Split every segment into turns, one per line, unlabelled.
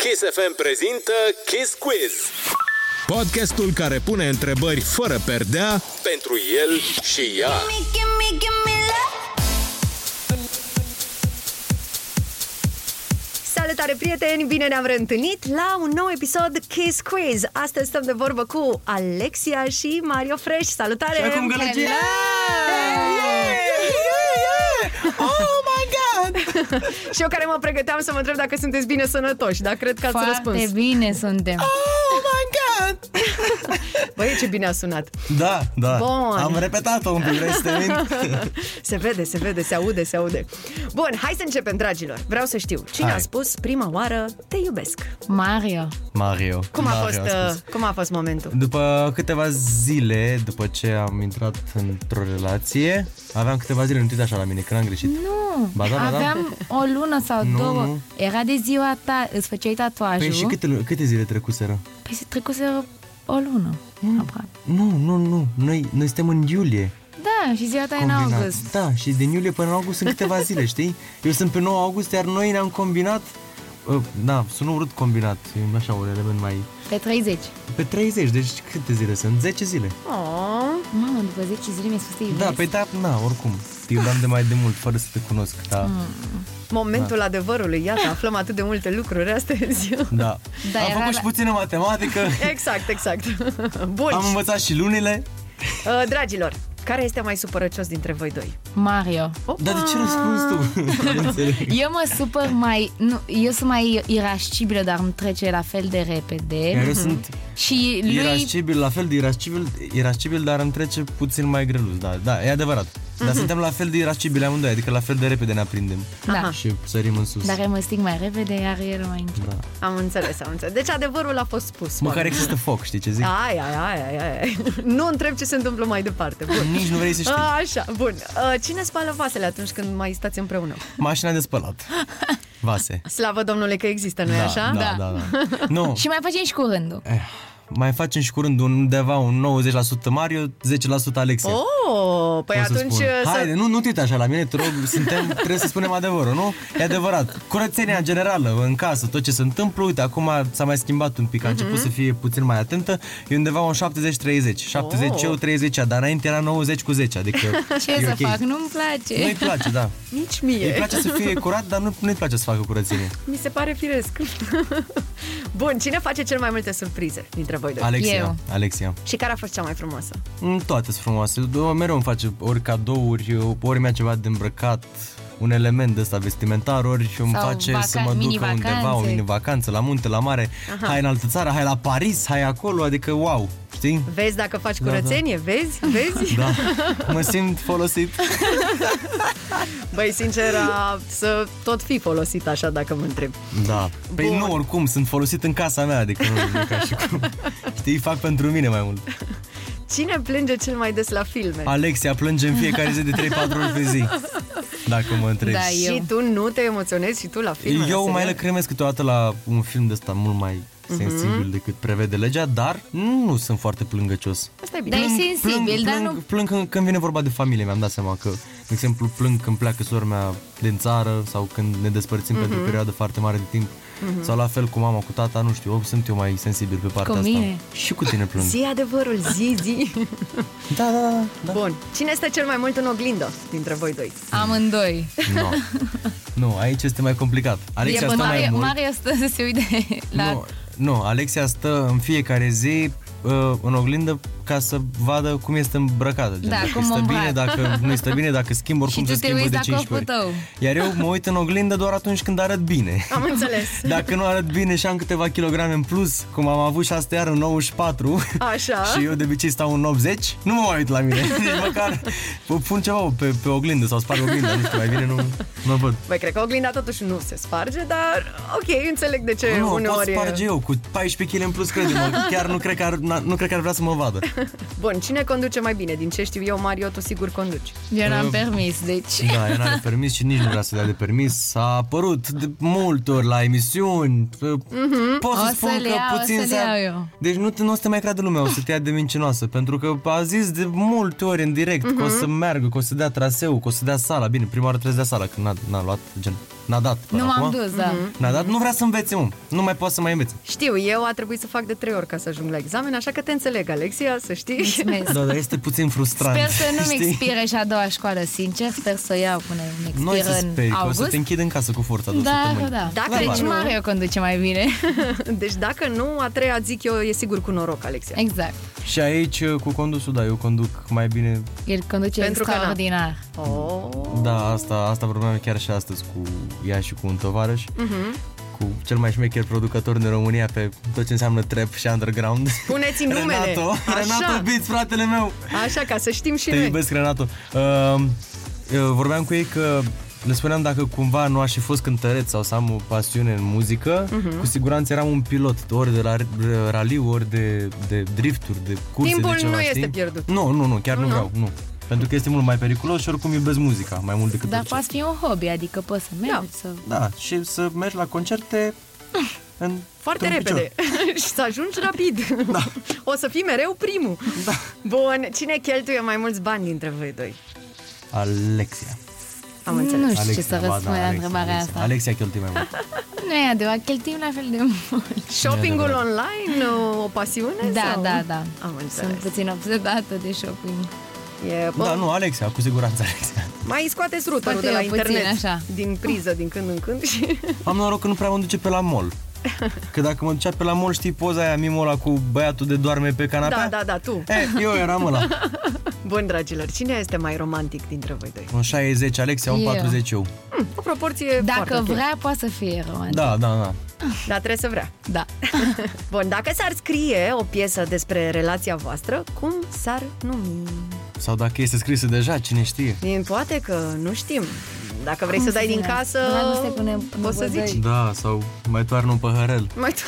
Kiss FM prezintă Kiss Quiz
Podcastul care pune întrebări fără perdea
pentru el și ea.
Salutare prieteni, bine ne-am reîntâlnit la un nou episod Kiss Quiz. Astăzi stăm de vorbă cu Alexia și Mario Fresh. Salutare!
Și acum gălăgie!
Oh my God! și eu care mă pregăteam să mă întreb dacă sunteți bine sănătoși, dar cred că ați
Foarte
răspuns.
bine suntem.
Oh my god!
Băi, ce bine a sunat!
Da, da.
Bun.
Am repetat-o un pic, vrei să te mint?
Se vede, se vede, se aude, se aude. Bun, hai să începem, dragilor. Vreau să știu, cine
Hai.
a spus prima oară te iubesc?
Mario.
Mario.
Cum a,
Mario,
fost,
am
uh,
spus. Da.
cum a fost momentul?
După câteva zile, după ce am intrat într-o relație, aveam câteva zile, nu te uita așa la mine, că n-am greșit.
Nu,
Ba da, ba da.
aveam o lună sau
Nu,
două.
nu.
Era de ziua ta, îți făceai tatuajul.
Păi și câte, câte zile trecuseră?
Păi se trecuse o lună, aproape.
Nu, nu, nu, noi, noi suntem în iulie.
Da, și ziua ta e în
combinat.
august.
Da, și din iulie până în august sunt câteva zile, știi? Eu sunt pe 9 august, iar noi ne-am combinat uh, da, sună urât combinat, e așa un element mai...
Pe 30.
Pe 30, deci câte zile sunt? 10 zile.
Ah,
Oh,
Mamă, după 10 zile mi-ai spus să iubesc.
Da, pe da, na, oricum. Te iubeam de mai de mult, fără să te cunosc, da.
Mm.
momentul da. adevărului, iată, aflăm atât de multe lucruri astăzi.
Da.
Da,
am
era
făcut
la-
și puțină matematică,
Exact, exact. Bun.
am învățat și lunile.
Uh, Dragilor, care este mai supărăcios dintre voi doi?
Mario.
Opa!
Dar de ce răspunzi tu? Nu înțeleg.
Eu mă supăr mai... Nu, eu sunt mai irascibilă, dar îmi trece la fel de repede.
Iar eu sunt
Și lui...
irascibil, la fel de irascibil, irascibil, dar îmi trece puțin mai greluz, da, da, e adevărat. Dar suntem la fel de irascibili amândoi, adică la fel de repede ne aprindem
Da.
și sărim în sus.
Dar eu mă sting mai repede, iar el mai încet.
Da.
Am înțeles, am înțeles. Deci adevărul a fost spus.
Măcar există foc, știi ce zic?
Ai, ai, ai, ai, ai. Nu întreb ce se întâmplă mai departe. Bun.
Nici nu vrei să știi.
A, Așa, bun. Uh, Cine spală vasele atunci când mai stați împreună?
Mașina de spălat. Vase.
Slavă Domnului că există, nu-i
Da,
așa?
Da, da, da. Nu,
Și mai facem și cu rândul.
Eh, mai facem și curând undeva un 90% Mario, 10% Alexia.
Oh, păi
Cum să
atunci
spun?
uh,
Haide, nu, nu te uita așa la mine, te rog, suntem, trebuie să spunem adevărul, nu? E adevărat. Curățenia generală în casă, tot ce se întâmplă, uite, acum s-a mai schimbat un pic, a început să fie puțin mai atentă, e undeva un 70-30, 70
Oh.
eu, 30 ea, dar înainte era 90 cu 10, adică
Ce
e
să
ok.
fac? Nu-mi place.
Nu-i place, da.
nici
Îi
mie.
place să fie curat, dar nu, nu-i place să facă curățenie.
Mi se pare firesc. Bun, cine face cel mai multe surprize dintre voi doi?
Alexia,
Eu.
Alexia.
Și care a fost cea mai frumoasă?
Mm, Toate sunt frumoase. Do- Mereu îmi face ori cadouri, ori mi-a ceva de îmbrăcat, un element de ăsta vestimentar, ori și îmi
Sau
face să
vaca-
mă ducă
mini-vacanțe.
undeva, o mini-vacanță, la munte, la mare, Aha. hai în altă țară, hai la Paris, hai acolo, adică wow, știi?
Vezi dacă faci
da.
curățenie? Vezi? Vezi?
Da, mă simt folosit.
Băi, sincer, a, să tot fi folosit așa dacă mă întreb.
Da. Păi
Bun.
nu, oricum, sunt folosit în casa mea, adică nu, nu ca și cum. Știi, fac pentru mine mai mult.
Cine plânge cel mai des la filme?
Alexia plânge în fiecare zi de 3-4 ori pe zi, dacă mă întrebi.
Da, eu.
Și tu nu te emoționezi și tu la filme?
Eu
la
mai
serial?
lăcrămesc câteodată la un film de ăsta mult mai
Mhm.
sensibil decât prevede legea, dar nu sunt foarte plângăcios.
Asta e bine.
Dar e sensibil,
plâng,
dar
plâng,
nu...
plâng când, când vine vorba de familie, mi-am dat seama că, de exemplu, plâng când pleacă sora mea din țară sau când ne despărțim pentru
Mhm.
o perioadă foarte mare de timp. Sau la fel cu mama, cu tata, nu știu, eu sunt eu mai sensibil pe partea
Cu
asta.
mine.
Și cu tine plâng.
Zi adevărul, zi, zi.
Da, da, da, da.
Bun. Cine stă cel mai mult în oglindă dintre voi doi?
Amândoi.
No. Nu, aici este mai complicat. Alexia
E
stă Deci mai
Mario,
mult.
Mario stă să se uite la...
Nu, nu, Alexia stă în fiecare zi uh, în oglindă ca să vadă cum este îmbrăcată. Gen,
Da,
dacă
cum
îi
mă
stă
îmbrac.
bine, dacă nu îi stă bine, dacă schimb, oricum
Și
se
tu te
schimbă
uiți
de
la
15 ori.
corpul
Iar eu mă uit în oglindă doar atunci când arăt bine.
Am înțeles.
Dacă nu arăt bine și am câteva kilograme în plus, cum am avut și astă iară în 94
Așa.
și eu de obicei stau în 80, nu mă mai uit la mine. Nici măcar pun ceva pe, pe oglindă sau sparg oglinda, nu știu, mai bine nu mă văd.
Băi, cred că oglinda totuși nu se sparge, dar ok, înțeleg de ce
Nu, pot
uneori... e-
sparge eu cu 14 kg în plus, crede-mă. Chiar nu cred, că ar, na- nu cred că ar vrea să mă vadă.
Bun, cine conduce mai bine? Din ce știu eu, Mario, tu sigur conduci.
Eu n-am
Uh,
permis, deci...
Da, ea n-are permis și nici nu vrea să dea de permis. S-a apărut de multe ori la emisiuni. Mm-hmm. Pot să
Mhm. O să
spun
le
că
iau, o
puțin
să le
s-a-
iau eu.
Deci nu, te, nu o să te mai creadă lumea, o să te ia de mincinoasă. Pentru că a zis de multe ori
Mhm.
în direct mm-hmm. că o să meargă, că o să dea traseu, că o să dea sala. Bine, prima oară trebuie să dea sala, că n-a, n-a luat gen N-a dat. până
Nu m-am
acum. Mhm.
dus, da.
N-a dat, nu vrea să învețe, om. Nu mai poate să mai învețe.
Știu, eu a trebuit să fac de trei ori ca să ajung la examen, așa că te înțeleg, Alexia, să știi.
Mulțumesc.
Da, dar este puțin frustrant.
Sper să nu-mi
știi?
expire și a doua școală, sincer. Sper să o iau până îmi expiră
Nu ai să speri,
în
că o
august.
să te închid în casă cu forța două
da, da,
săptămâni.
da.
Dacă
deci
nu-
Mario conduce mai bine.
Deci dacă nu, a treia zic eu, e sigur cu noroc, Alexia.
exact.
Și aici cu condusul, da, eu conduc mai bine.
El conduce
Pentru că na.
extraordinar.
Oh.
Da, asta, asta vorbeam chiar și astăzi cu ea și cu un tovarăș.
Mhm.
Uh-huh. Cu cel mai șmecher producător din România pe tot ce înseamnă trap și underground.
Puneți numele.
Renato,
Așa.
Renato Beats, fratele meu.
Așa, ca să știm și
Te
noi.
iubesc, Renato. Uh, eu vorbeam cu ei că le spuneam dacă cumva nu aș fi fost cântăreț sau să am o pasiune în muzică,
Mhm.
uh-huh. cu siguranță eram un pilot, ori de la r- raliu, ori de, de drifturi, de curse,
Timpul
de ceva,
nu
știi?
este pierdut.
Nu, nu, nu, chiar nu, nu vreau, nu. Pentru că este mult mai periculos și oricum iubesc muzica mai mult decât
Dar
orice.
poate fi un hobby, adică poți să mergi,
Da.
să...
Da, și să mergi la concerte în
Mm. Foarte
într-un picior.
repede. și să ajungi rapid. Da. O să fii mereu primul. Da. Bun, cine cheltuie mai mulți bani dintre voi doi?
Alexia.
Am înțeles.
Nu știu ce să
ba da,
răspund la
Alexia,
întrebarea
Alexia.
asta.
Alexia cheltuie mai mult.
Nu e adevărat, cheltuim la fel de mult.
Shoppingul
adevărat.
online, o pasiune?
Da,
sau?
da, da.
Am
Sunt
înțeles.
puțin obsedată de shopping.
E, bun.
Da, nu, Alexia, cu siguranță Alexia.
Mai scoateți routerul
Poate
de la
eu puțin,
internet
așa.
din priză din când în când și...
Am noroc că nu prea mă duce pe la mall. Că dacă mă ducea pe la mall, știi poza aia mimola cu băiatul de doarme pe
Da,
canapea?
da, da, tu.
E, eu eram ăla.
Bun, dragilor, cine este mai romantic dintre voi doi?
Un 60 Alexia, un
Eu.
40 eu.
Hm, o proporție foarte
Dacă
ok.
vrea, poate să fie romantic.
Da, da, da.
Dar trebuie să vrea.
Da.
Bun, dacă s-ar scrie o piesă despre relația voastră, cum s-ar numi?
Sau dacă este scrisă deja, cine știe.
E, Poate că nu știm. Dacă vrei
Cum
să dai
să
din
spunem?
casă,
Dragoste cu ne-
poți să
nevăzări.
zici.
Da, sau mai toarnă un păhărel.
Mai tu...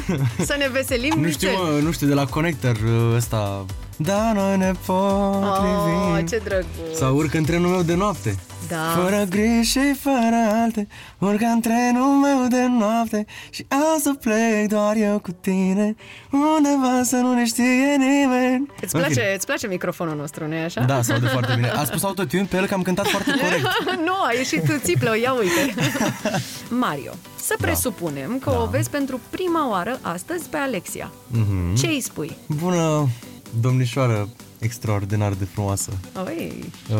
să ne veselim,
Nu știu,
Mițel.
mă, nu știu, de la Connector ă, ăsta. Da, noi ne potrivim.
Oh, ce drăguț.
Sau urc în trenul meu de noapte.
Da.
Fără griji și fără alte, urc în trenul meu de noapte și am să plec doar eu cu tine, undeva să nu ne știe nimeni.
Îți
În
place,
fine.
îți place microfonul nostru, nu-i așa?
Da, sau de foarte bine. A spus autotune pe el că am cântat foarte corect.
nu, a ieșit țiplă, ia uite. Mario, să
Da.
presupunem că o vezi pentru prima oară astăzi pe Alexia.
Mhm.
Mm-hmm. Ce îi spui?
Bună domnișoară extraordinar de frumoasă.
Oi,
Uh,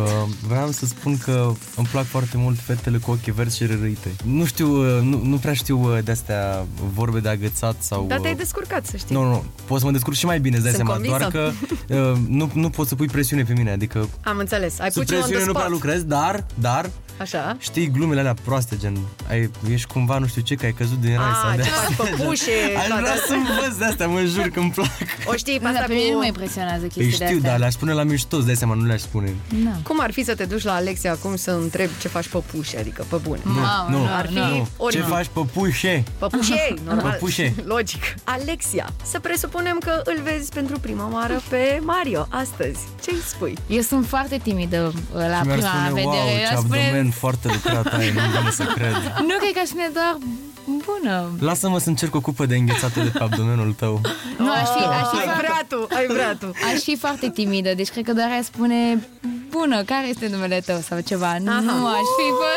vreau să spun că îmi plac foarte mult fetele cu ochii verzi și răite. Nu știu, uh, nu, nu prea știu uh, de-astea vorbe de agățat sau...
dar Da, te-ai
uh,
descurcat, să știi.
Nu, nu, nu, pot să mă descurc și mai bine, îți dai
Sunt
seama, doar că uh, nu, nu pot să pui presiune pe mine, adică
Am înțeles, ai
sub
pus on the
presiune nu prea
spot.
lucrez, dar, dar,
Așa.
știi glumele alea proaste, gen, ai, ești cumva nu știu ce, că ai căzut din rai sau
A,
de
Ah, ce fac păpușe.
Aș
da,
vrea
da.
să învăț de astea, mă jur că îmi plac.
O știi pe
Nu,
asta
dar Da, pe mine nu mă
cu...
impresionează
Ei
chestiile
Păi știu, dar
astea.
le-aș pune la mișto, îți dai seama, nu le-aș spune.
Nu.
Cum ar fi să te duci la Alexia acum să întrebi ce faci păpușe, adică pe bune?
Mamă,
nu,
ar fi
nu.
nu.
ori
Ce
nu.
faci, păpușe?
Păpușei, normal.
Păpușe.
Logic. Alexia, să presupunem că îl vezi pentru prima oară pe Mario astăzi. Ce îi spui?
Eu sunt foarte timidă uh, la
Și mi-ar
prima
spune,
vedere.
wow,
Eu
ce
aș spune,
abdomen foarte lucrat ai, nu vine să cred.
Nu cred că aș spune doar bună.
Lasă-mă să încerc o cupă de înghețată de pe abdomenul tău.
Nu, aș fi, aș fi,
ai
foarte,
vrea tu, ai vrea tu.
aș fi foarte timidă, deci cred că doar aș spune bună, care este numele tău sau ceva. Nu aș fi, bă,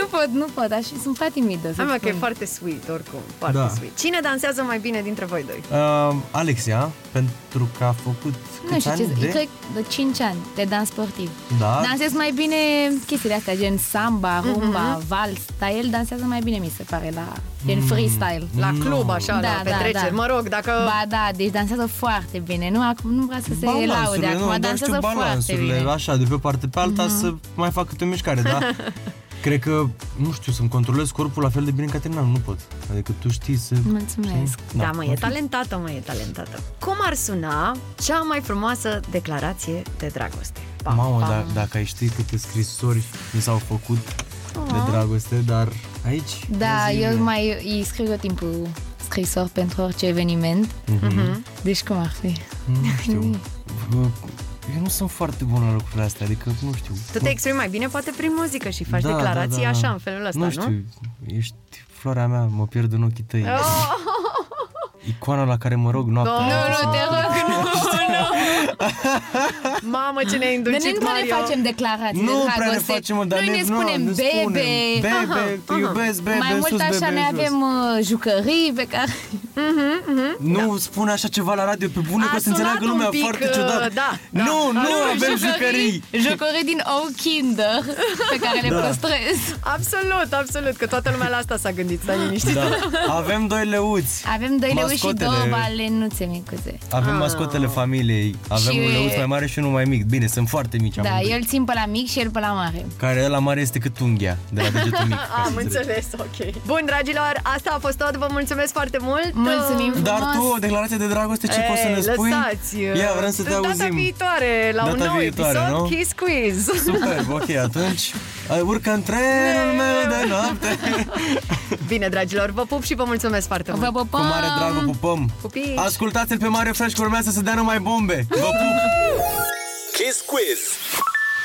nu pot, nu pot, aș fi, sunt prea timidă. să
Hai mă, că e
spun.
foarte sweet, oricum. Foarte
Da.
sweet. Cine dansează mai bine dintre voi doi?
Uh, Alexia, pentru că a făcut
Nu
câți
știu
ani
ce,
de...
de... cred de 5 ani de dans sportiv.
Da.
Dansez mai bine chestiile astea, gen samba, rumba, mm-hmm. vals, dar el dansează mai bine, mi se pare, la gen
Mm.
freestyle.
La club, așa,
Da,
la
da,
petreceri.
da.
Mă rog, dacă...
Ba da, deci dansează foarte bine. Nu, acum nu vrea să se laude,
nu,
acum
dar știu
dansează foarte
balansurile,
bine. Mhm.
așa, de pe o parte pe alta, să mai fac câte o mișcare, da? Cred că, nu știu, să-mi controlez corpul la fel de bine ca tine, nu pot. Adică tu știi să...
Mulțumesc.
știi?
Da, mă, e
în fine.
talentată, mă, e talentată. Cum ar suna cea mai frumoasă declarație de dragoste? Pa,
Mamă,
pa.
da, dacă ai ști câte scrisori mi s-au făcut de dragoste, dar aici...
Da,
zi,
eu
bine.
mai îi scriu tot timpul scrisori pentru orice eveniment.
Mhm.
Mm-hmm. Deci cum ar fi?
Nu știu. Eu nu sunt foarte bun la lucrurile astea, adică nu știu.
Tu te exprimi mai bine, poate prin muzică și
Da,
faci declarații așa, în felul ăsta, nu?
Nu știu, ești floarea mea, mă pierd în
Oh.
ochii tăi. Icoana la care mă rog noaptea.
Doamne,
Nu,
să
nu,
mă-
te rog, nu, nu,
Mamă, ce ne-ai
Dar noi
inducit,
nu prea ne
Mario.
facem declarații
Nu
de
prea ne
dragoste.
facem, mă, dar
Noi
ne,
ne
nu,
spunem
ne
bebe.
spunem, bebe,
Aha,
te
aha.
iubesc, bebe,
mai
în
mult
sus,
așa
bebe,
ne
în jos.
avem uh, jucării pe care...
Nu spune așa ceva la radio, pe bune,
A
că să
sunat
înțeleagă
un
lumea
pic,
foarte
uh,
ciudat.
da, da.
Nu, nu avem jucării.
Jucării din ou kinder pe care le
Da.
păstrez.
Absolut, absolut, că toată lumea la asta s-a gândit, stai liniștit.
Da. Avem doi leuți.
Avem doi leu și
Mascotele.
două balenuțe micuțe.
Avem
Ah.
mascotele familiei. Avem
Și-
un leuț mai mare și unul mai mic. Bine, sunt foarte mici
Da,
amândoi.
eu îl țin pe la mic și el pe la mare.
Care la mare este cât unghia de la degetul mic. ca să
Am
înțelegi.
înțeles, ok. Bun, dragilor, asta a fost tot. Vă mulțumesc foarte mult.
Mulțumim
Dar
frumos.
tu, o declarație de dragoste, ce
Ei,
poți să ne spui?
Lăsați. uh,
Ia, vrem să te
Data
auzim.
viitoare, la un
Data
nou
viitoare,
episod,
nu?
Kiss Quiz.
Super, ok, atunci ai urcă în trenul meu de noapte.
Bine, dragilor, vă pup și vă mulțumesc foarte
Vă
mult.
pupăm!
Cu mare drag vă pupăm.
Pupici.
Ascultați-l pe Mario Fresh că urmează să dea numai bombe. Vă pup!
Kiss Quiz.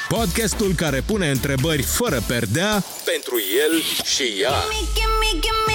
Podcastul care pune întrebări fără perdea
Pentru el și ea.
gimme, gimme, gimme.